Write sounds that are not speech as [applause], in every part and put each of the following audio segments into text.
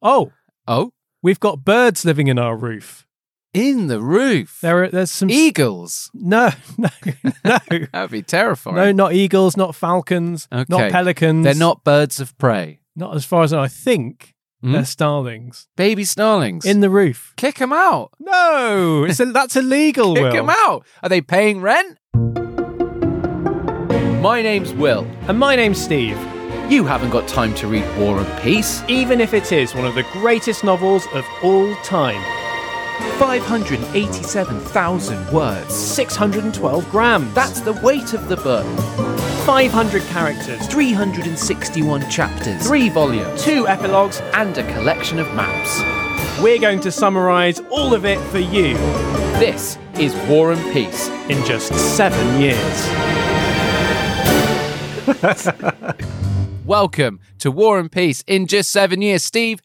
Oh, Oh, we've got birds living in our roof. in the roof. There are there's some E- eagles. no [laughs] no no That'd be terrifying. no not eagles, not falcons, Okay. not pelicans. They're not birds of prey. not as far as I think. Hmm? They're starlings Baby snarlings. in the roof. Kick them out. No, it's that's illegal. Kick Will. them out. Are they paying rent? My name's Will. And my name's Steve. You haven't got time to read War and Peace. Even if it is one of the greatest novels of all time, 587,000 words. 612 grams. That's the weight of the book. 500 characters, 361 chapters, 3 volumes, two epilogues. and a collection of maps. We're going to summarise all of it for you This is War and Peace. in just seven years. Welcome to War and Peace in just seven years. Steve,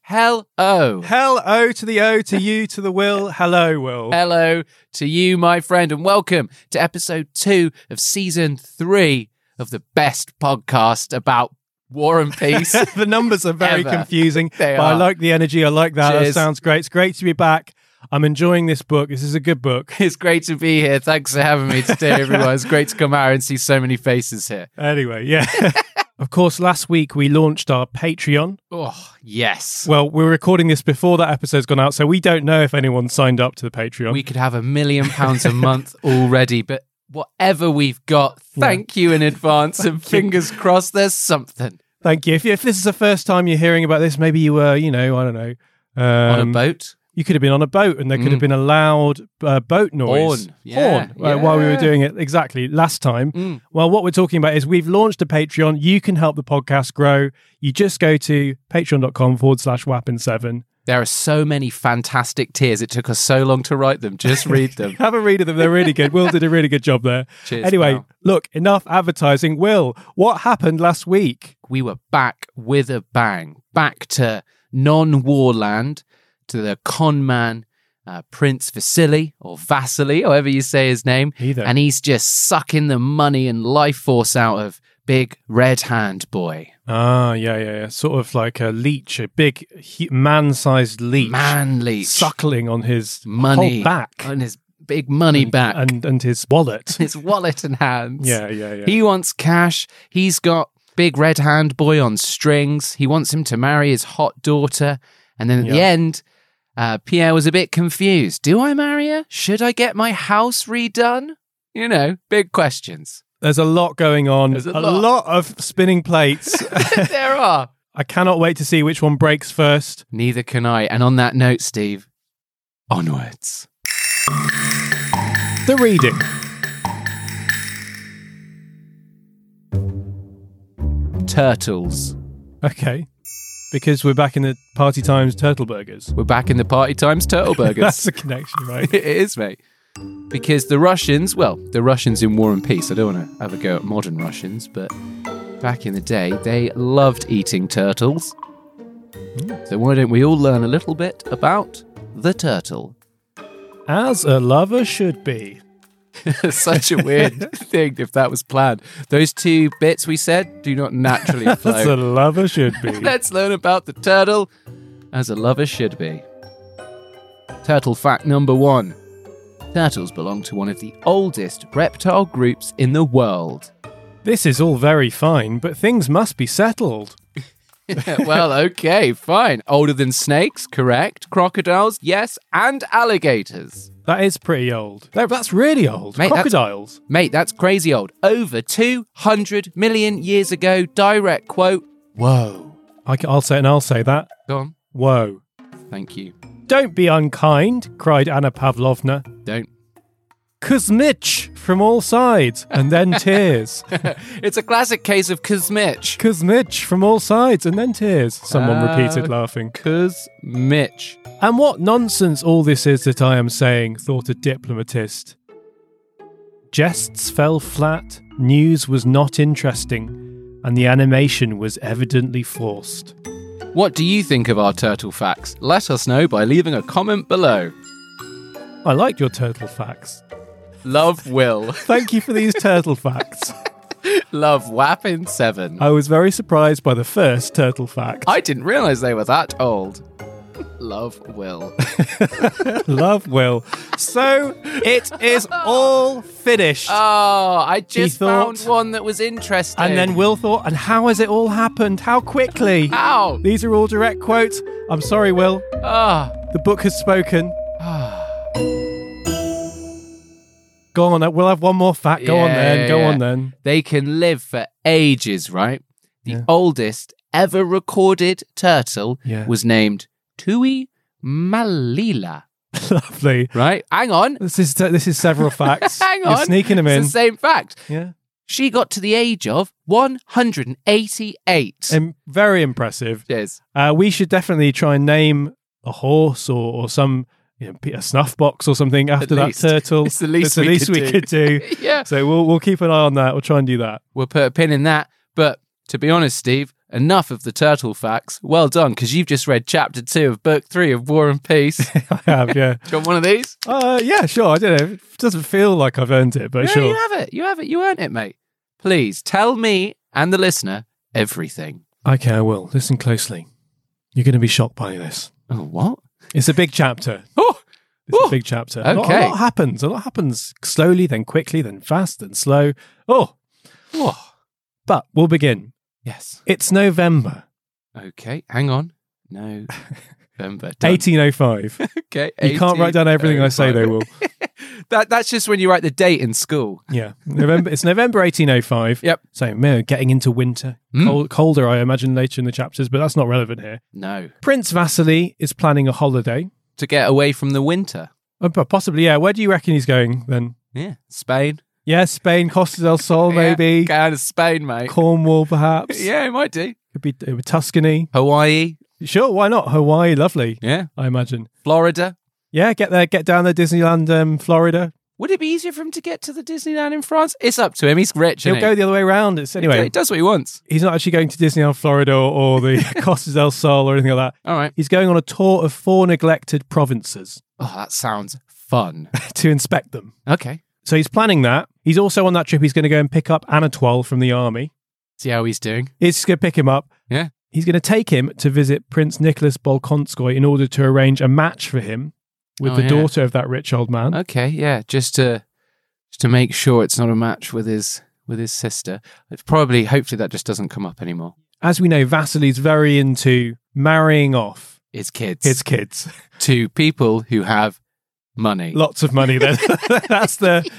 hello. Hell O to the O to you to the Will. Hello, Will. Hello to you, my friend, and welcome to episode two of season three of the best podcast about war and peace. the numbers are very Ever. confusing, They but I are. like the energy. I like that. Cheers. That sounds great. It's great to be back. I'm enjoying this book. This is a good book. it's great to be here. Thanks for having me today, everyone. It's great to come out and see so many faces here. [laughs] Anyway, yeah. [laughs] of course, last week we launched our Patreon. Oh, yes. Well, we're recording this before that episode's gone out, so we don't know if anyone signed up to the Patreon. We could have a million pounds a month already, but whatever we've got, thank you in advance and fingers crossed there's something. Thank you. If, if this is the first time you're hearing about this, maybe you were, you know, I don't know. Um, On a Mm. boat. You could have been on a boat and there could have been a loud uh, boat noise. Horn. Yeah, Horn, uh, while we were yeah. doing it exactly last time. Mm. Well, what we're talking about is we've launched a Patreon. You can help the podcast grow. You just go to patreon.com forward slash wappin7. There are so many fantastic tiers. It took us so long to write them. Just read them. Have a read of them. They're really good. Will did a really good job there. [laughs] Cheers, anyway, pal. look, enough advertising. Will, what happened last week? we were back with a bang, back to non warland, to the con man, uh, Prince Vasily, or Vasily, however you say his name. Either. And he's just sucking the money and life force out of Big Red Hand Boy. Ah, yeah, yeah, yeah. Sort of like a leech, a big hu- man-sized leech, Manly. suckling on his money whole back On his big money back. and and his [laughs] wallet. his wallet and hands. yeah, yeah, yeah. He wants cash. He's got big red hand boy on strings. He wants him to marry his hot daughter. And then at the Yeah. end, uh, Pierre was a bit confused. Do I marry her? Should I get my house redone? You know, [laughs] big questions. [laughs] There's a lot going on. There's a lot. lot. of spinning [laughs] plates. there are. I cannot wait to see which one breaks first. Neither can I. And on that note, Steve, onwards. The reading. Turtles. Okay. Because we're back in the party times turtle burgers. We're back in the party times turtle [laughs] burgers. That's the connection, right? [laughs] it is, mate. Because the Russians, well, the Russians in War and Peace, I don't want to have a go at modern Russians, but back in the day, they loved eating turtles. So why don't we all learn a little bit about the turtle? [laughs] As a lover should be. Such a weird thing if that was planned. Those two bits we said do not naturally As a flow. lover should [laughs] [laughs] be. Let's learn about the turtle as a lover should be. Turtle fact number one Turtles belong to one of the oldest reptile groups in the world. this is all very fine, but things must be settled. well, okay, fine. Older than snakes, correct. Crocodiles, yes, and alligators. That is pretty old. No, that's really old. Mate, that's- Crocodiles. Mate, that's crazy old. Over 200 million years ago, direct quote. Whoa. I will say it and I'll say that. Go on. Whoa. Thank you. Don't be unkind, cried Anna Pavlovna. Don't. Kuzmich from all sides, and then tears. It's a classic case of Kuzmich. Kuzmich from all sides, and then tears, someone Ah. repeated, laughing. Kuzmich. And what nonsense all this is that I am saying, thought a diplomatist. Jests fell flat, news was not interesting, and the animation was evidently forced. What do you think of our turtle facts? Let us know by leaving a comment below. I like your turtle facts. Love Will. [laughs] Thank you for these turtle facts. Love Wappin7. I was very surprised by the first turtle fact. I didn't realise they were that old. [laughs] Love [laughs] will. Love will. So it is all finished. Oh, I just thought- found one that was interesting. and then Will thought, and how has it all happened? How quickly? [laughs] Ow! These are all direct quotes. I'm sorry, Will. Ah. The book has [sighs] spoken. Ah. Go on. uh, We'll have one more fact. Go on Yeah, then. yeah, Go yeah. on then. [laughs] They can live for ages, right? The Yeah. oldest ever recorded turtle Yeah. was named Tui Malila, Lovely. right? Hang on. This is this is several facts. [laughs] Hang You're on. sneaking them in. It's the same fact. yeah. She got to the age of 188. Um, very impressive. Cheers. Uh, we should definitely try and name a horse or, or some you know, p- a snuff box or something after that least. turtle. It's the least It's the we least could we do. could [laughs] do. yeah. So we'll we'll keep an eye on that. We'll try and do that. [laughs] We'll put a pin in that. But to be honest, Steve, enough of the turtle facts. Well done, because you've just read chapter two of book three of War and Peace. Do I have, yeah. [laughs] you want one of these? Uh, yeah, sure. I don't know. It doesn't feel like I've earned it, but No, sure. you have it. You have it. You earned it, mate. Please tell me and the listener everything. Okay, I will. Listen closely. You're going to be shocked by this. Oh, what? It's a big [laughs] chapter. Oh, It's Oh, a big chapter. A lot- okay. a lot happens. A lot happens slowly, then quickly, then fast, then slow. Oh, oh. but we'll begin. yes. It's November, Okay, hang on. No, November. Done. 1805. Okay, You can't write down everything I say, though, 1805. Will. [laughs] That that's just when you write the date in school. [laughs] Yeah, November. It's November 1805. Yep. So you know, getting into winter, Mm. Col- colder, I imagine later in the chapters, but that's not relevant here. No, Prince Vasily is planning a holiday. to get away from the winter. Uh, but possibly, yeah. Where do you reckon he's going then? Yeah, Spain. Yeah, Spain, Costa del Sol, Yeah, maybe get out of Spain, mate. Cornwall, perhaps. [laughs] Yeah, it might do. could be uh, Tuscany. Hawaii. Sure, why not? Hawaii, lovely. Yeah, I imagine. Florida. Yeah, get there, get down there, Disneyland, um, Florida. Would it be easier for him to get to the Disneyland in France? It's up to him. He's rich. He'll isn't go the other way around. It's he? anyway. he does what he wants. He's not actually going to Disneyland, Florida, or, or the [laughs] Costa del Sol, or anything like that. All right. He's going on a tour of four neglected provinces [laughs] Oh, that sounds fun. to inspect them. Okay. So he's planning that. He's also on that trip. He's going to go and pick up Anatole from the army. See how he's doing. He's going to pick him up. Yeah. He's going to take him to visit Prince Nicholas Bolkonskoy in order to arrange a match for him with Oh, the yeah. Uh, daughter of that rich old man. Okay, yeah, just to just to make sure it's not a match with his with his sister. It's probably hopefully that just doesn't come up anymore. As we know, Vasily's very into marrying off It's kids. [laughs] his kids. to people who have money. Lots of money then. [laughs] that's the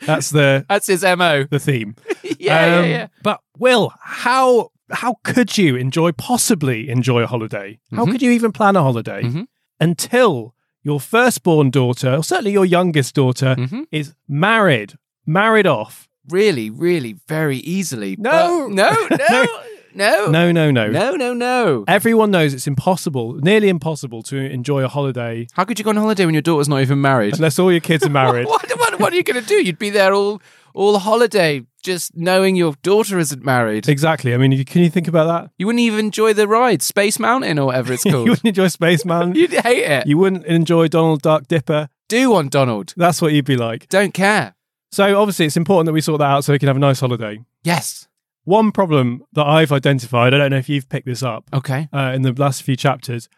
that's the That's his MO. the theme. [laughs] yeah, yeah, Um, yeah. But Will, how how could you enjoy possibly enjoy a holiday? How Mhm. could you even plan a holiday Mhm. until your firstborn daughter, or certainly your youngest daughter, hmm is married, married off? Really, really, very easily. No. but- [laughs] no, no, no, No, no, no. Oh, no, no, no. Everyone knows it's impossible, nearly impossible, to enjoy a holiday How could you go on holiday when your daughter's not even married? unless all your kids [laughs] are married. What, what, what are you going to do? You'd be there all all holiday, just knowing your daughter isn't married. exactly. I mean, you- can you think about that? You wouldn't even enjoy the ride, Space Mountain or whatever [laughs] it's You called. wouldn't enjoy [laughs] Spaceman. You'd hate it. you wouldn't enjoy Donald Duck Dipper. Do one, Donald. That's what you'd be like. Don't care. So obviously, it's important that we sort that out so we can have a nice holiday. Yes. One problem that I've identified, I don't know if you've picked this up Okay. uh, in the last few chapters,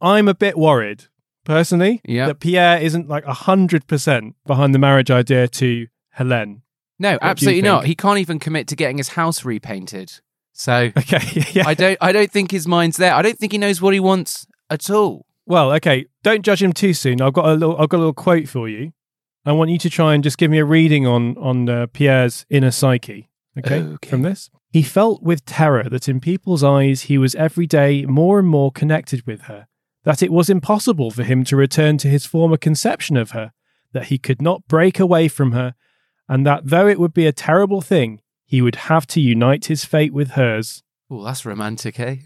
I'm a bit worried personally Yeah. that Pierre isn't like 100% behind the marriage idea to Helene. No, you absolutely think? not. He can't even commit to getting his house repainted. [laughs] So [laughs] Okay, yeah. I don't. I don't think his mind's there. I don't think he knows what he wants at all. well, okay, don't judge him too soon. I've got a little, I've got a little quote for you. I want you to try and just give me a reading on on uh, Pierre's inner psyche. Okay, Okay. from this, he felt with terror that in people's eyes he was every day more and more connected with her. That it was impossible for him to return to his former conception of her. That he could not break away from her, and that though it would be a terrible thing, he would have to unite his fate with [laughs] hers. Oh, that's romantic, eh?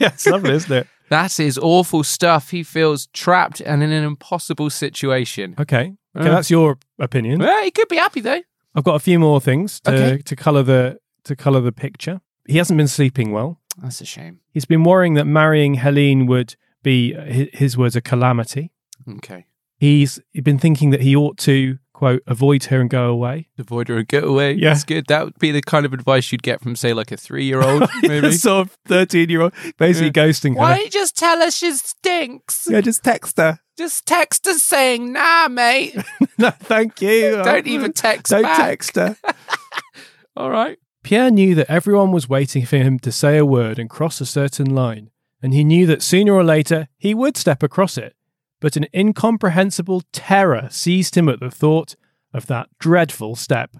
it's lovely, isn't it? That is awful stuff. He feels trapped and in an impossible situation. Okay, okay, Uh. that's your opinion. Well, he could be happy though. I've got a few more things to, Okay. to color the to color the picture. He hasn't been sleeping well. That's a shame. He's been worrying that marrying Helene would be uh, hi- his words a calamity. Okay. He's been thinking that he ought to quote, avoid her and go away. [laughs] Avoid her and get away. Yeah. That's good. That would be the kind of advice you'd get from, say, like a three year old, [laughs] maybe. sort of 13 year old basically ghosting her. Why don't you just tell her she stinks? Yeah, just text her. [laughs] Just text her saying, nah, mate. no, thank you. Don't even text back. her. [laughs] All right. Pierre knew that everyone was waiting for him to say a word and cross a certain line, and he knew that sooner or later he would step across it. But an incomprehensible terror seized him at the thought of that dreadful step.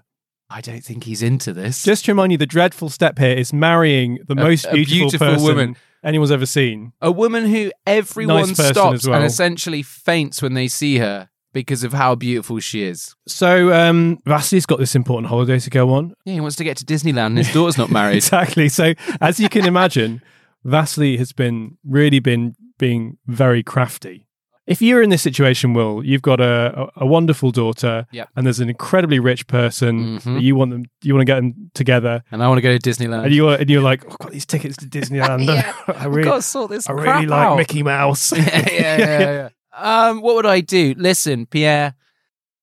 I don't think he's into this. Just to remind you, the dreadful step here is marrying the most a beautiful, beautiful person woman. anyone's ever seen. a woman who everyone Nice person stops as well. and essentially faints when they see her because of how beautiful she is. So um, Vasily's got this important holiday to go on. Yeah, he wants to get to Disneyland and his daughter's [laughs] not married. Exactly. So as you can imagine, Vasily has been really been being very crafty. If you're in this situation, Will, you've got a, a, a wonderful daughter, Yep. and there's an incredibly rich person. Mhm. that You want them. You want to get them together, And I want to go to Disneyland. and you're and you're like, oh, I've got these tickets to Disneyland. [laughs] Yeah. [laughs] I I've got really, to sort this I crap really out. like [laughs] Mickey Mouse. yeah, yeah, yeah, yeah. Um, what would I do? Listen, Pierre,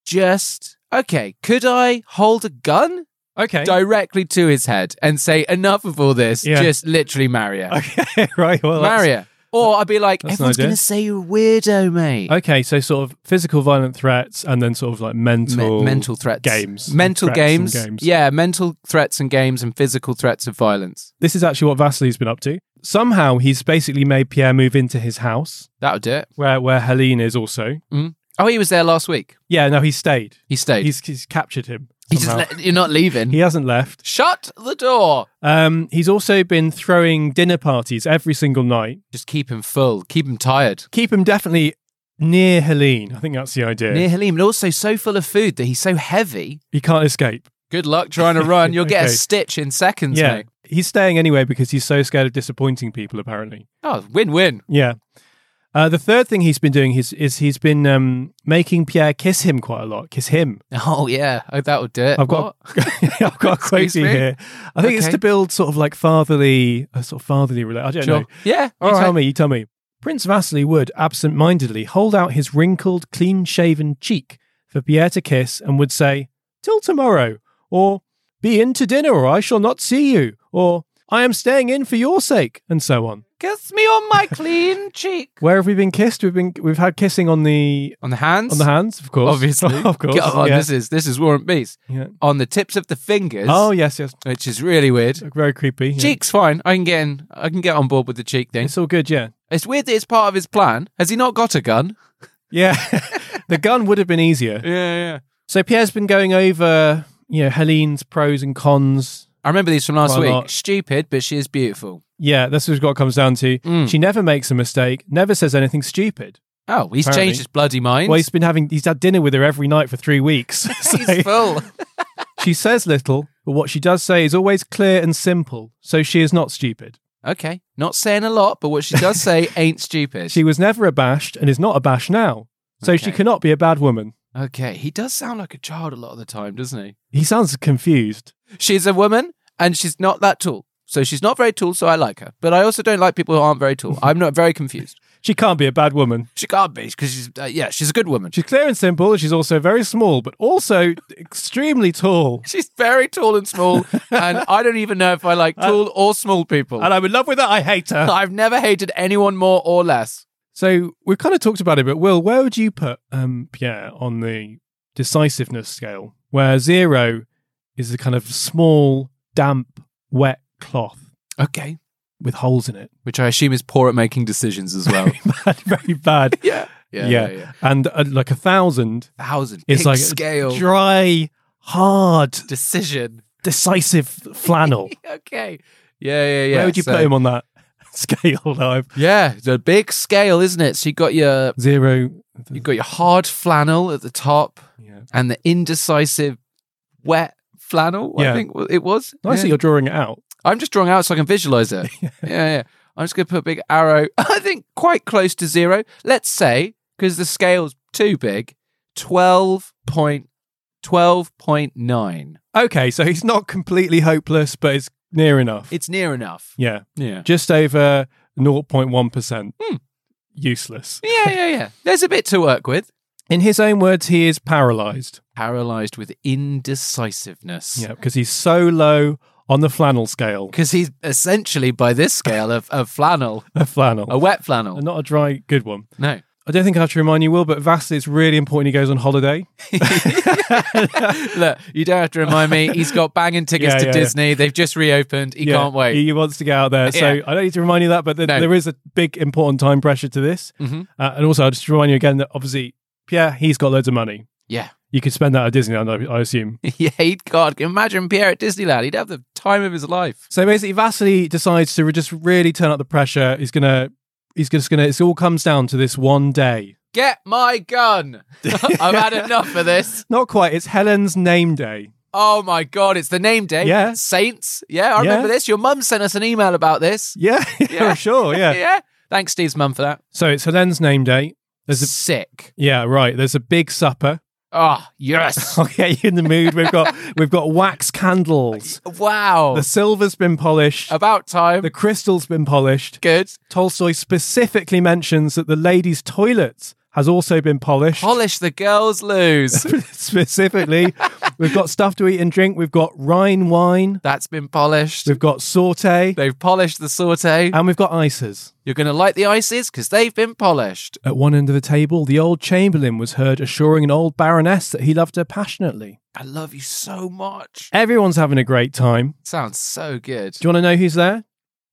just okay. Could I hold a gun [laughs] okay. directly to his head and say, "Enough of all this. Yeah. Just literally marry her, [laughs] Okay. Right. Well. that's- marry her." Or I'd be like, That's an "Everyone's idea. gonna say you're a weirdo, mate." Okay. So sort of physical violent threats, and then sort of like mental Me- mental threats, games, mental Threats and games. yeah, mental threats and games, and physical threats of violence. This is actually what Vasily's been up to. Somehow he's basically made Pierre move into his house That would do it. where, where Helene is also. Oh, he was there last week. Yeah, no, he stayed. He stayed. He's, he's captured him. he just somehow. let, you're not leaving. he hasn't left. Shut the door. Um, he's also been throwing dinner parties every single night. Just keep him full. Keep him tired. Keep him definitely near Helene. I think that's the idea. near Halim, and also so full of food that he's so heavy. he can't escape. Good luck trying to run. You'll [laughs] get Okay. a stitch in seconds, yeah. mate. He's staying anyway because he's so scared of disappointing people, apparently. Oh, win win. Yeah. Uh, the third thing he's been doing is, is he's been um, making Pierre kiss him quite a lot. Kiss him. Oh, yeah. Oh, that would do it. I've got, What? [laughs] I've got a quote Excuse me? here. I think it's Okay. to build sort of like fatherly, a sort of fatherly relate. I don't Sure. know. Yeah. You All right. tell me. You tell me. Prince Vasily would absent-mindedly hold out his wrinkled, clean-shaven cheek for Pierre to kiss, and would say, "Till tomorrow," or "Be in to dinner, or I shall not see you," or "I am staying in for your sake," and so on. Kiss me on my clean [laughs] cheek. Where have we been kissed? We've been we've had kissing on the On the hands? on the hands, of course, Obviously. [laughs] of course. God, yeah. this is this is War and Peace. Yeah. On the tips of the fingers. Oh yes, yes, Which is really weird. very creepy. yeah. Cheek's fine. I can get in. I can get on board with the cheek thing. It's all good, yeah. It's weird that it's part of his plan. Has he not got a gun? Yeah. [laughs] the gun would have been easier. Yeah, yeah. So Pierre's been going over, you know, Helene's pros and cons. I remember these from last Quite a week. lot. Stupid, but she is beautiful. Yeah, that's what it comes down to. Mm. She never makes a mistake, never says anything stupid. Oh, he's Apparently. changed his bloody mind. Well, he's been having, he's had dinner with her every night for three weeks. [laughs] So [laughs] he's full. she says little, but what she does say is always clear and simple. So she is not stupid. Okay. Not saying a lot, but what she does [laughs] say ain't stupid. She was never abashed and is not abashed now. So she Okay. cannot be a bad woman. Okay. He does sound like a child a lot of the time, doesn't he? He sounds confused. She's a woman and she's not that tall. So she's not very tall, so I like her. But I also don't like people who aren't very tall. I'm not very confused. She can't be a bad woman. [laughs] She can't be because she's, uh, yeah, she's a good woman. She's clear and simple. She's also very small, but also extremely tall. She's very tall and [laughs] small. and I don't even know if I like tall or small people. And I'm in love with her. I hate [laughs] her. I've never hated anyone more or less. So we've kind of talked about it, but Will, where would you put um, Pierre on the decisiveness scale? Where zero is the kind of small, damp, wet cloth Okay. with holes in it. [laughs] Which I assume is poor at making decisions as well. Very bad. Very bad. yeah. Yeah. Yeah. And uh, like a thousand, Thousand. It's It's like like a scale. dry, hard, decision. decisive [laughs] flannel. okay. Yeah, yeah, yeah. where would you put him on that [laughs] scale? Now I've- Yeah, it's a big scale, isn't it? So you got your Zero. you got your hard flannel at the top Yeah. and the indecisive wet flannel. Yeah. I think it was. Nice that Yeah. you're drawing it out. I'm just drawing out so I can visualize [laughs] it. yeah, yeah. I'm just gonna put a big arrow. [laughs] I think quite close to zero. Let's say because the scale's too big, twelve point twelve point nine. Okay, so he's not completely hopeless, but it's near enough. It's near enough. yeah, Yeah. just over 0.1%. Hmm. Useless. [laughs] Yeah, yeah, yeah. There's a bit to work with. In his own words, he is paralyzed. Paralyzed with indecisiveness. Yeah, because he's so low on the flannel scale. Because he's essentially, by this scale, of a flannel, A flannel. [laughs] a [laughs] wet flannel. Not a dry, good one. No. [laughs] I don't think I have to remind you, Will, but vastly it's really important he goes on holiday. Look, you don't have to remind me. He's got banging tickets Yeah, to yeah, yeah. Disney. They've just reopened. He can't wait. He wants to get out there. So Yeah. I don't need to remind you that, but th- No. there is a big, important time pressure to this. Mhm. Uh, and also, I'll just remind you again that obviously, Pierre, he's got loads of money. Yeah. You could spend that at Disneyland, I, I [laughs] assume. yeah, he'd, God, imagine Pierre at Disneyland. He'd have the time of his life. so basically, Vasily decides to re- just really turn up the pressure. He's going to, he's just going to, it all comes down to this one day. Get my [laughs] gun. [laughs] I've had enough of this. Not quite. It's Helen's name day. Oh my God, it's the name day. Yeah. Saints. Yeah, I remember Yeah. this. Your mum sent us an email about this. Yeah, [laughs] Yeah. yeah. sure. Oh, Yeah. [laughs] Yeah. Thanks, Steve's mum, for that. So it's Helen's name day. There's a, Sick. yeah, right. There's a big supper. [laughs] Oh, yes. I'll get you in the mood. We've got [laughs] we've got wax candles. wow. [laughs] The silver's been polished. about time. The crystal's been polished. Good. Tolstoy specifically mentions that the ladies' toilets has also been polished. Polish the girls lose. [laughs] specifically, we've got stuff to eat and drink. We've got Rhine wine. That's been polished. We've got saute, They've polished the saute. and we've got ices. You're going to like the ices because they've been polished. At one end of the table, the old chamberlain was heard assuring an old baroness that he loved her passionately. I love you so much. Everyone's having a great time. Sounds so good. Do you want to know who's there?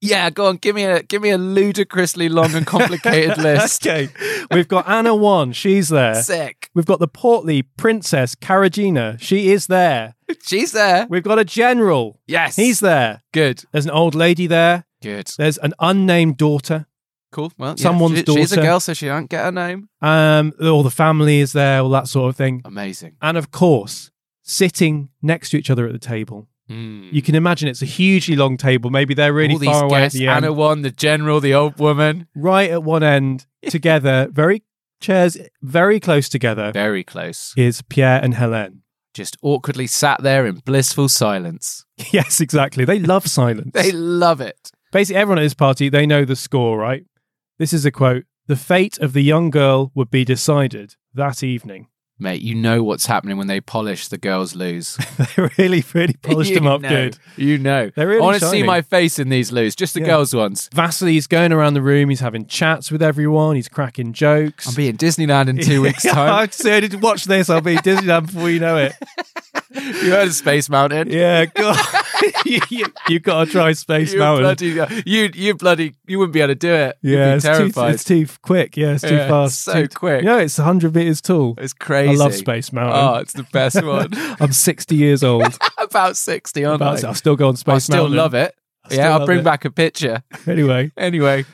Yeah, go on. Give me a give me a ludicrously long [laughs] and complicated list. okay. We've got Anna Wan. She's there. Sick. We've got the portly princess Karagina. She is there. She's there. We've got a general. Yes. He's there. good. There's an old lady there. Good. There's an unnamed daughter. Cool. Well, yeah, Someone's she- She's a daughter. girl, so she don't get her name. Um, all the family is there, all that sort of thing. Amazing. And of course, sitting next to each other at the table. Mm. Hmm. You can imagine it's a hugely long table. Maybe they're really All these far away guests, at the end. Anna one, the general, the old woman. right at one [laughs] end, together, very chairs very close together, Very close. is Pierre and Helene. Just awkwardly sat there in blissful silence. [laughs] Yes, exactly. They love silence. They love it. [laughs] Basically, everyone at this party, they know the score, right? This is a quote The fate of the young girl would be decided that evening. [laughs] Mate, you know what's happening when they polish the girls lose. they really, really [laughs] polished [laughs] You them up know. good. You know. They're really I want to see shiny. my face in these lose, just the Yeah. girls ones. Vasily's going around the room. He's having chats with everyone. He's cracking jokes. I'll be in Disneyland in [laughs] two weeks' time. I'm excited to watch this. I'll be at Disneyland before you know it. you heard of Space Mountain? Yeah, God. [laughs] you, you, have got to try Space you Mountain. bloody, uh, you you bloody, you wouldn't be able to do it. yeah, You'd be it's too, terrified. it's too quick. Yeah, it's too Yeah, fast. so too, quick. No, it's 100 meters tall. It's crazy. I love Space Mountain. Oh, it's the [laughs] best one. I'm 60 years [laughs] old. About sixty, aren't but I? I'll still go on Space I still Mountain. love it. still yeah, I'll love bring it. back a picture. [laughs] Anyway, Anyway,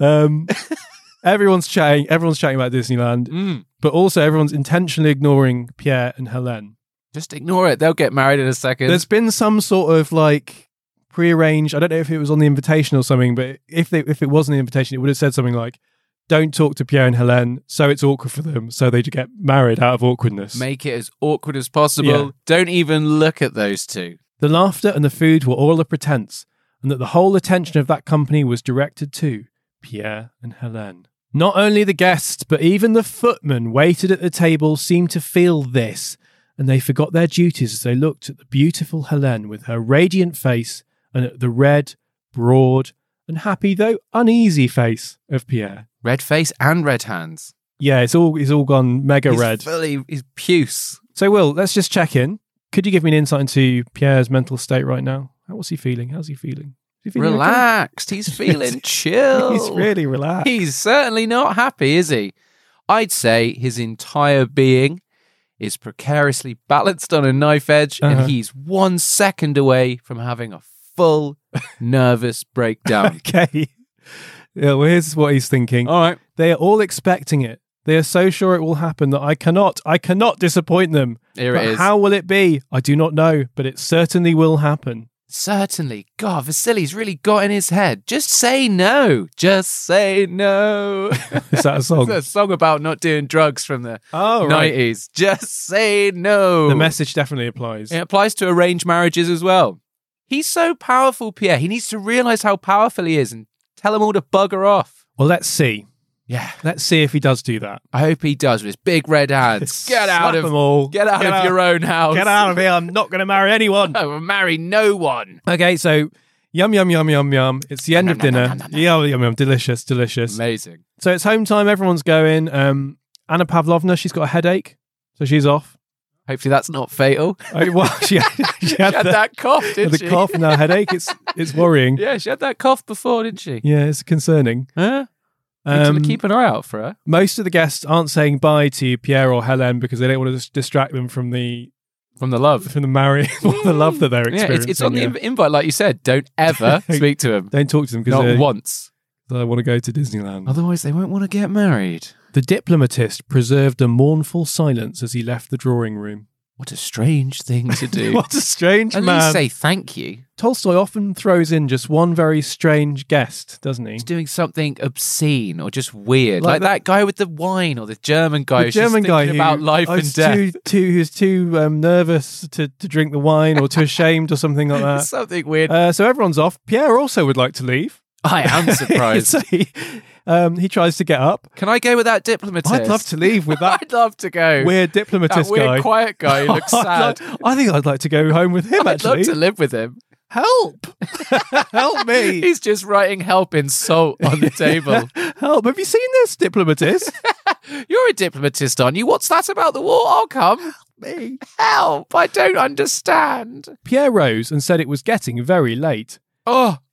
um, [laughs] everyone's chatting. Everyone's chatting about Disneyland, mm, but also everyone's intentionally ignoring Pierre and Helene. just ignore it. They'll get married in a second. There's been some sort of like prearranged. I don't know if it was on the invitation or something, but if they, if it was on the invitation, it would have said something like, "Don't talk to Pierre and Helene, so it's awkward for them, so they get married out of awkwardness." Make it as awkward as possible. Yeah. Don't even look at those two. The laughter and the food were all a pretense, and that the whole attention of that company was directed to Pierre and Helene. Not only the guests, but even the footmen waited at the table seemed to feel this, and they forgot their duties as they looked at the beautiful Helene with her radiant face and at the red, broad, and happy though uneasy face of Pierre. Red face and red hands. Yeah, it's all it's all gone mega He's red. Fully, he's puce. So, Will, let's just check in. Could you give me an insight into Pierre's mental state right now? How was he feeling? How's he feeling? Is he feeling okay? Relaxed. He's [laughs] feeling chill. He's really relaxed. He's certainly not happy, is he? I'd say his entire being is precariously balanced on a knife edge, Uh-huh. and he's one second away from having a [laughs] full nervous breakdown. okay. Yeah, well, here's what he's thinking. All right. They are [laughs] all expecting it. They are so sure it will happen that I cannot, I cannot disappoint them. Here but it is. how will it be? I do not know, but it certainly will happen. Certainly. God, Vasily's really got in his head. Just say no. Just say no. Is [laughs] that a song? It's a song about not doing drugs from the oh, right. 90s. Just say no. The message definitely applies. It applies to arranged marriages as well. He's so powerful, Pierre. He needs to realize how powerful he is and tell them all to bugger off. Well, let's see. Yeah. Let's see if he does do that. I hope he does with his big red hands. [laughs] Get out Slap of them all. get out of your own house. Get [laughs] out of here. I'm not going to marry anyone. I will marry no one. okay, so yum, yum, yum, yum, yum. It's the end Nom, of nom, nom, dinner. nom, nom, nom. Yum, yum, yum. Delicious, delicious. Amazing. So it's home time. Everyone's going. Um, Anna Pavlovna, she's got a headache, so she's off. Hopefully that's not [laughs] fatal. Oh, well, she had, she had She had the, that cough, didn't the she? cough and her headache. It's [laughs] it's worrying. Yeah, she had that cough before, didn't she? Yeah, it's concerning. Huh? Um, keep an eye out for her. most of the guests aren't saying bye to Pierre or Helen because they don't want to dis- distract them from the From the love. from the marriage, [laughs] or the love that they're Yeah, experiencing. it's, it's on the yeah. inv- invite, like you said. Don't [laughs] ever speak to him. Don't talk to them because Not they, once. they want to go to Disneyland. uh, Otherwise, they won't want to get married. The diplomatist preserved a mournful silence as he left the drawing [laughs] room. What a strange thing to do. [laughs] What a strange At least man. say thank you. Tolstoy often throws in just one very strange guest, doesn't he? He's doing something obscene or just weird, like, Like that guy with the wine or the German guy. The who's just German guy thinking who about life was and death. [laughs] Too, too, who's too um, nervous to, to drink the wine [laughs] or too ashamed or something like that. something [laughs] weird. Uh, so everyone's off. Pierre also would like to leave. [laughs] I am surprised. so he, um, he tries to get up. Can I go with that diplomatist? I'd love [laughs] to leave with that I'd love to go. weird that diplomatist weird, guy. [laughs] quiet guy who looks I'd sad. like- I think I'd like to go home with him, I'd love actually. to live with him. [laughs] Help! [laughs] Help me! He's just writing help in salt [laughs] on the table. Help! Have you seen this [laughs] diplomatist? You're a diplomatist, aren't you? What's that about the war? I'll come. me. Help! I don't understand. Pierre rose and said it was getting very [laughs] late. Oh. [laughs]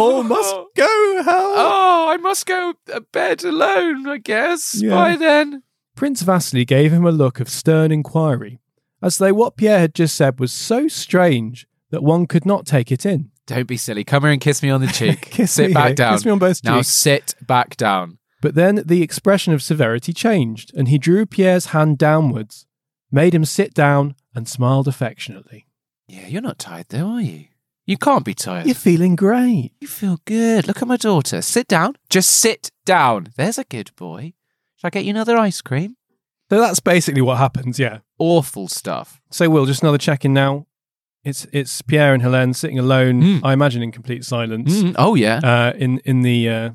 Oh, must go, help! Oh, I must go to bed alone, I guess. Yeah. By then. Prince Vasily gave him a look of stern inquiry, as though what Pierre had just said was so strange that one could not take it in. Don't be silly. Come here and [laughs] kiss me on the cheek. Kiss sit me back here. down. Kiss me on both now cheeks. sit back down. But then the expression of severity changed, and he drew Pierre's hand downwards, made him sit down, and smiled affectionately. Yeah, you're not tired though, are you? You can't be tired. You're feeling great. You feel good. Look at my daughter. Sit down. Just sit down. There's a good boy. Shall I get you another ice cream? So that's basically what happens, yeah. [laughs] Awful stuff. So, Will, just another check in now. It's it's Pierre and Helene sitting alone. Mm. I imagine in complete silence Mm, oh yeah. uh, in in the uh,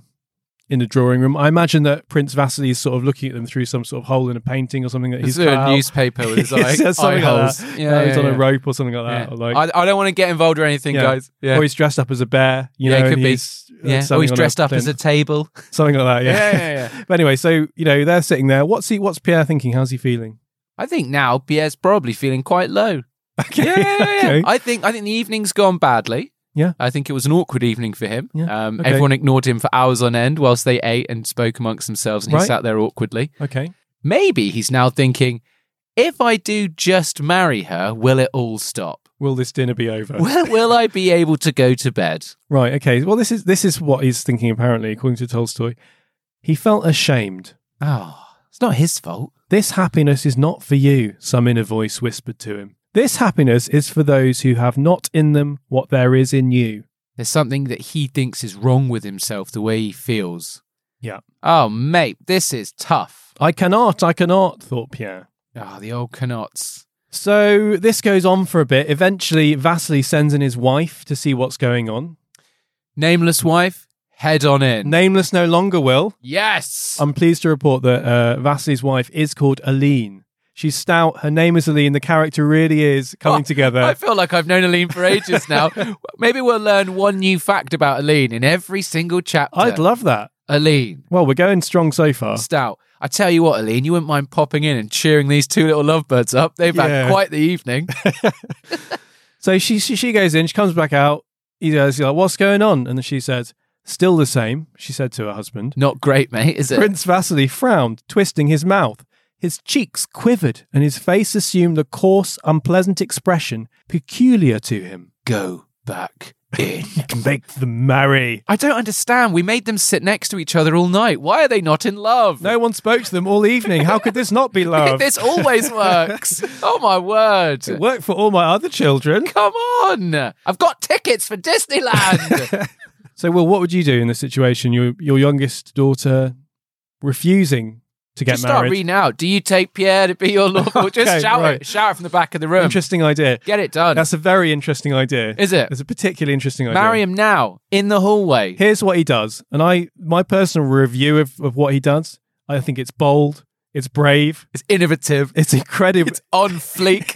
in the drawing room. I imagine that Prince Vasily is sort of looking at them through some sort of hole in a painting or something that He's he's a cut out. newspaper with [laughs] his He eye, says eye something like holes. that. Uh, he's on a rope or something like that. Or, like, I, I don't want to get involved or anything, Yeah. guys. Yeah. or he's dressed up as a bear. You Yeah, know, he and could be. he's, uh, yeah. something Or he's on dressed up as a table. [laughs] something like that. Yeah. yeah, yeah. [laughs] but anyway, so you know they're sitting there. What's he? What's Pierre thinking? How's he feeling? [laughs] I think now Pierre's probably feeling quite low. Okay. Yeah, yeah, yeah. okay. I think I think the evening's gone badly. Yeah. I think it was an awkward evening for him. Yeah, Um, okay. Everyone ignored him for hours on end whilst they ate and spoke amongst themselves, and he Right. sat there awkwardly. okay. Maybe he's now thinking, if I do just marry her, will it all stop? Will this dinner be [laughs] over? Will, will I be able to go to bed? Right. Okay. Well, this is this is what he's thinking. Apparently, according to Tolstoy, he felt ashamed. Oh, Ah, it's not his fault. This happiness is not for you. Some inner voice whispered to him. This happiness is for those who have not in them what there is in you. There's something that he thinks is wrong with himself, the way he feels. Yeah. Oh, mate, this is tough. I cannot. I cannot. Thought Pierre. Ah, the old canots. So this goes on for a bit. Eventually, Vasily sends in his wife to see what's going on. Nameless wife, head on in. Nameless no longer will. yes. I'm pleased to report that uh, Vasily's wife is called Aline. She's stout. Her name is Aline. The character really is coming Oh, together. I feel like I've known Aline for [laughs] ages now. Maybe we'll learn one new fact about Aline in every single chapter. I'd love Oh. that. Aline Well, we're going strong so far. Stout. I tell you what, Aline, you wouldn't mind popping in and cheering these two little lovebirds up. They've Yeah. had quite [laughs] the evening. So she she, she goes in, she comes back out. He's uh, she's like, "What's going on?" And then she says, "Still the same," she said to her husband. Not great, mate, is it? Prince Vasily frowned, twisting his mouth. His cheeks quivered, and his face assumed the coarse, unpleasant expression peculiar to him. Go back in. Make them marry. I don't understand. We made them sit next to each other all night. Why are they not in love? No one spoke to them all evening. How could this not [laughs] be love? this always works. [laughs] oh my word. Um, It worked for all my other children. Come on. I've got tickets for [laughs] Disneyland. So, Will, what would you do in this situation? Your your youngest daughter refusing to get just start married. reading out. Do you take Pierre to be [laughs] your lawful? Just Okay, shout right. it. Shout it from the back of the room. Interesting idea. Get it done. That's a very interesting idea. Um, Is it? It's a particularly interesting idea. Marry him now in the hallway. Here's what he does, and I my personal review of, of what he does. I think it's bold. It's brave. It's innovative. It's incredible. [laughs] It's on fleek.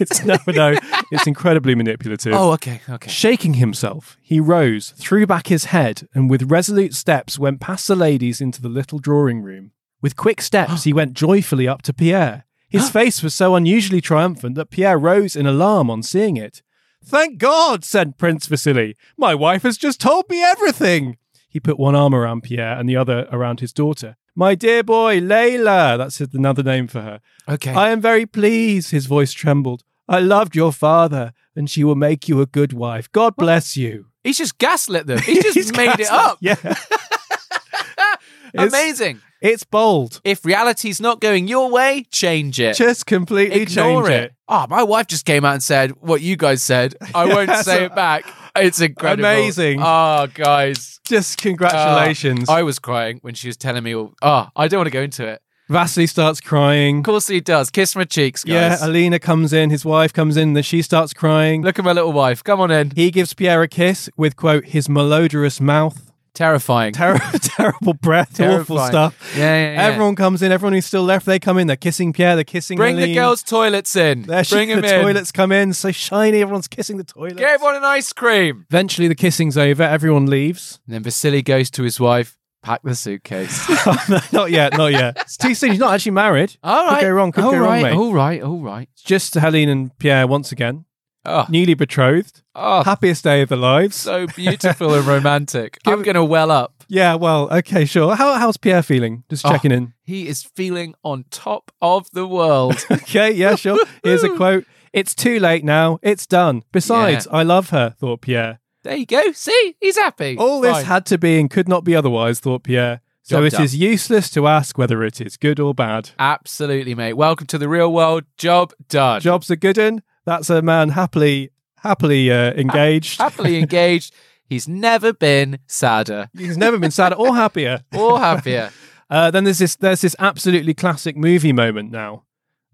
[laughs] It's no, no. It's incredibly manipulative. oh, okay, okay. Shaking himself, he rose, threw back his head, and with resolute steps went past the ladies into the little drawing room. With quick steps, he went joyfully up to Pierre. His face was so unusually triumphant that Pierre rose in alarm on seeing it. Thank God, said Prince Vasily. My wife has just told me everything. He put one arm around Pierre and the other around his daughter. My dear boy, Layla, that's another name for her. Okay. I am very pleased, his voice trembled. I loved your father, and she will make you a good wife. God bless you. He's just gaslit them. [laughs] He's just He's made it gaslit. up. [laughs] Yeah. It's- Amazing. It's bold. If reality's not going your way, change it. Just completely Ignore change it. Oh, my wife just came out and said what you guys said. [laughs] I won't Yes. say it back. It's incredible. Amazing. Oh, guys. Just congratulations. Uh, I was crying when she was telling me. all- Oh, I don't want to go into it. Vasily starts crying. Of course he does. Kiss my cheeks, Yeah, guys. Alina comes in, his wife comes in, then she starts crying. Look at my little wife. Come on in. He gives Pierre a kiss with, quote, his malodorous mouth. [laughs] Terrifying. Ter- [laughs] terrible breath, awful Terrifying. stuff. Yeah, yeah, yeah. Everyone comes in, everyone who's still left, they come in, they're kissing Pierre, they're kissing Bring the Aline. girls' toilets in. There she- Bring them the in. toilets come in, so shiny, everyone's kissing the toilet. Give everyone an ice cream. Eventually, the kissing's over, everyone leaves. And then Vasily goes to his wife. Pack the suitcase. [laughs] No, not yet, not yet. [laughs] It's too soon, he's not actually married. all right. Could go wrong, could All go wrong, right, mate. All right. All right. It's Just Helene and Pierre once again, Oh, newly betrothed, oh happiest day of their lives. so beautiful and romantic. [laughs] Give- I'm going to well up. Yeah, well, okay, sure. How, how's Pierre feeling? Just Oh. checking in. He is feeling on top of the world. [laughs] Okay, yeah, sure. Here's [laughs] a quote. It's too late now. It's done. Besides, I love her, thought Pierre. there you go. See, he's happy. All this Fine. had to be and could not be otherwise, thought Pierre. So Job it is done. useless to ask whether it is good or bad. Absolutely, mate. Welcome to the real world. Job done. Job's a good un. That's a man happily, happily uh, engaged. [laughs] Happily engaged. He's never been sadder He's never been sadder or happier. [laughs] or happier. Uh, then there's this, there's this absolutely classic movie moment now.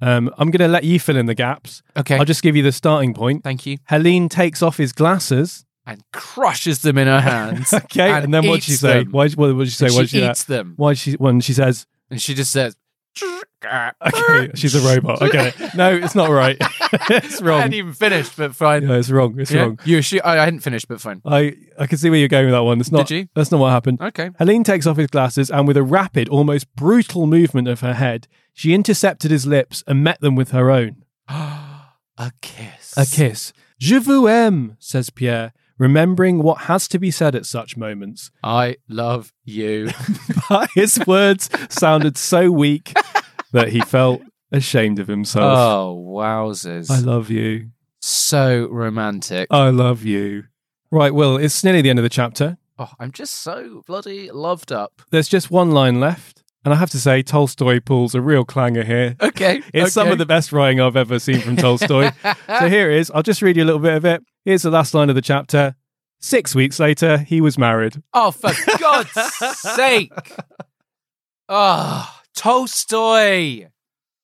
Um, I'm going to let you fill in the gaps. Okay. I'll just give you the starting point. Thank you. Helene takes off his glasses. [laughs] And crushes them in [laughs] her hands. Okay, and, then what'd she eats say? them. Why? What did she say? she Why did she? do that? eats them. Why did she? When she says, And she just says, [laughs] [laughs] "Okay, she's a robot." Okay, no, it's not right. it's [laughs] I wrong. hadn't even finished, but fine. No, it's wrong. It's Yeah. wrong. You assu- I, I hadn't finished, but fine. I I can see where you're going with that one. It's not. Did you? That's not what happened. Okay. Helene takes off his glasses and, with a rapid, almost brutal movement of her head, she intercepted his lips and met them with her own. [gasps] a kiss. A kiss. Je vous aime, says Pierre, remembering what has to be said at such moments. [laughs] I love you. But his words sounded so weak that he felt ashamed of himself. oh, wowzers. I Oh. love you. so romantic. I love you. Right, Will, it's nearly the end of the chapter. oh, I'm just so bloody loved [laughs] up. There's just one line left. And I have to say, Tolstoy pulls a real clanger here. Okay. It's some of the best writing I've ever seen from [laughs] Tolstoy. so here it is. I'll just read you a little bit of it. Here's the last line of the chapter. Six weeks later, he was married. Oh, for God's sake. [laughs] Ah, Tolstoy.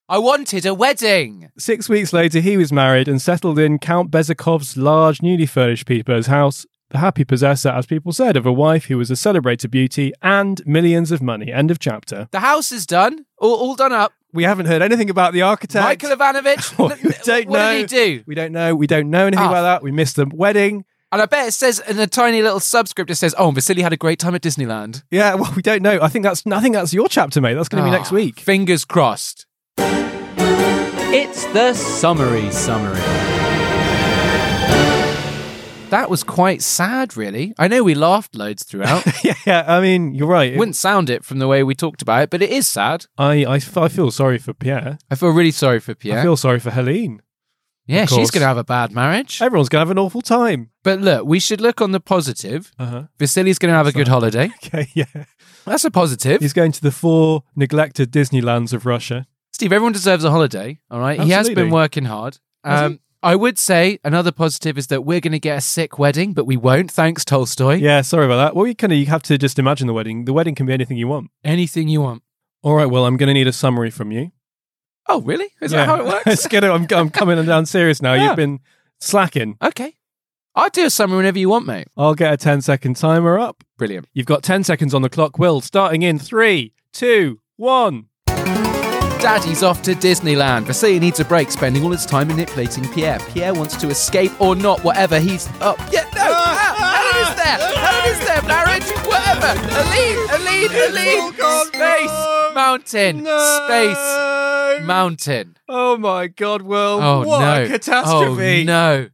I wanted a wedding. Six weeks later, he was married and settled in Count Bezekhov's large, newly furnished people's house, the happy possessor, as people said, of a wife who was a celebrated beauty and millions of money. End of chapter. The house is done, all, all done up. We haven't heard anything about the architect. Michael [laughs] Ivanovich, We n- n- don't what know. did he do? we don't know. We don't know anything Ah. about that. We missed the wedding. And I bet it says in a tiny little subscript, it says, oh, Vasily had a great time at Disneyland. Yeah, [laughs] well, we don't know. I think that's. I think that's your chapter, mate. That's going to be Ah, next week. [laughs] Fingers crossed. It's the summary summary. That was quite sad, really. I know we laughed [laughs] loads throughout. yeah, yeah, I mean, you're right. It- Wouldn't sound it from the way we talked about it, but it is sad. I, I, f- I feel sorry for Pierre. I feel really sorry for Pierre. I feel sorry for Helene. yeah, of course. she's going to have a bad marriage. Everyone's going to have an awful time. But look, we should look on the positive. Uh huh. Vasily's going to have a good holiday. [laughs] Okay. Yeah. That's a positive. He's going to the four neglected Disneylands of Russia. Steve, everyone deserves a holiday. All right. He has Absolutely. been working hard. Has Um, I would say another positive is that we're going to get a sick wedding, but we won't. Thanks, Tolstoy. Yeah, sorry about that. Well, you kind of you have to just imagine the wedding. The wedding can be anything you want. Anything you want. All right, well, I'm going to need a summary from you. Oh, really? Is that Yeah. how [laughs] it works? Let's get it. I'm, I'm coming down serious now. Yeah. You've been slacking. okay. I'll do a summary whenever you want, mate. I'll get a 10 second timer up. Brilliant. You've got 10 seconds on the clock, Will, starting in three, two, one. Daddy's off to Disneyland. Vasily needs a break, spending all his time manipulating Pierre. Pierre wants to escape or not, whatever. He's up. Yeah, [laughs] no. Ah, Helen is there. Helen is there. Marriage, whatever. Aline, Aline, Aline. Space, mountain, space, mountain. Oh my God, Will. Oh what no! a catastrophe. Oh no!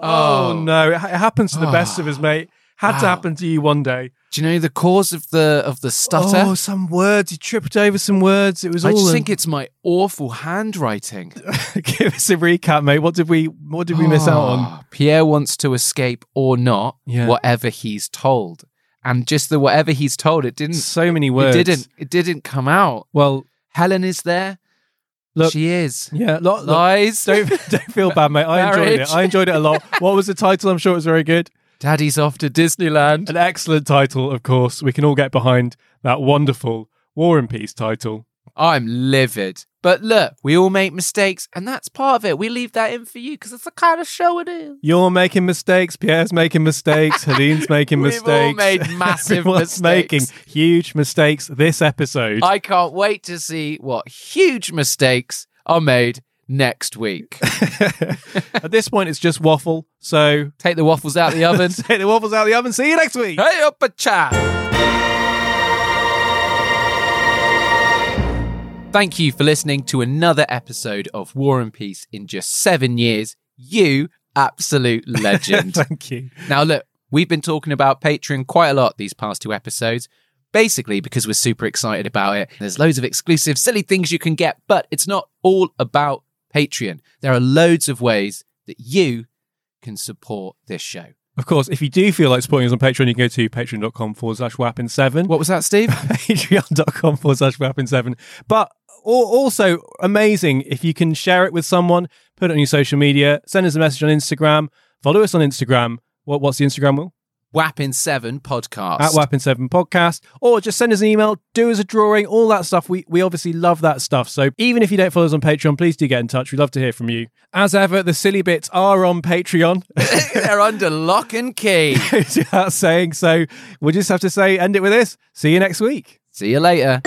Oh, no. It ha- it happens to the best of us, mate. Had to Ah. Wow. happen to you one day. Do you know the cause of the of the stutter? Oh, some words. You tripped over some words. It was all. I just in- think it's my awful handwriting. [laughs] Give us a recap, mate. What did we? What did we miss out on? Ah, Pierre wants to escape or not, Yeah. whatever he's told, and just the whatever he's told, it didn't. So many It words. didn't. It didn't come out. Well, Helen is there. Look- she is. yeah. Lot, lot, Lies. [laughs] don't [laughs] don't feel bad, mate. I enjoyed Marriage. it. I enjoyed it a lot. What was the title? I'm sure it was very good. Daddy's off to Disneyland. An excellent title, of course. We can all get behind that wonderful War and Peace title. I'm livid. But look, we all make mistakes, and that's part of it. We leave that in for you because it's the kind of show it is. You're making mistakes. Pierre's making mistakes. Helene's making [laughs] We've mistakes. all made [laughs] massive Everyone's mistakes. making huge mistakes this episode. I can't wait to see what huge mistakes are made [laughs] next week. [laughs] At this point, it's just waffle. So [laughs] Take the waffles out of the oven. take the waffles out of the oven. See you next [laughs] week. hey up a chat. Thank you for listening to another episode of War and Peace in just seven years. You absolute [laughs] legend. Thank you. Now, look, we've been talking about Patreon quite a lot these past two episodes, basically because we're super excited about it. There's loads of exclusive, silly things you can get, but it's not all about Patreon. There are loads of ways that you can support this show. Of course, if you do feel like supporting us on Patreon, you can go to patreon.com forward slash wappin7. What was that, [laughs] Steve? Patreon.com forward slash wappin7. But al- also amazing if you can share it with someone, put it on your social media, send us a message on Instagram, follow us on Instagram. What, what's the Instagram, Will? Wapping 7 podcast. At Wappin7 Podcast. Or just send us an email, do us a drawing, all that stuff. We, we obviously love that stuff. So even if you don't follow us on Patreon, please do get in touch. We'd love to hear from you. As ever, the silly bits are on Patreon. [laughs] [laughs] They're under lock and key. goes without saying. So we'll just have to say, end it with this. See you next week. See you later.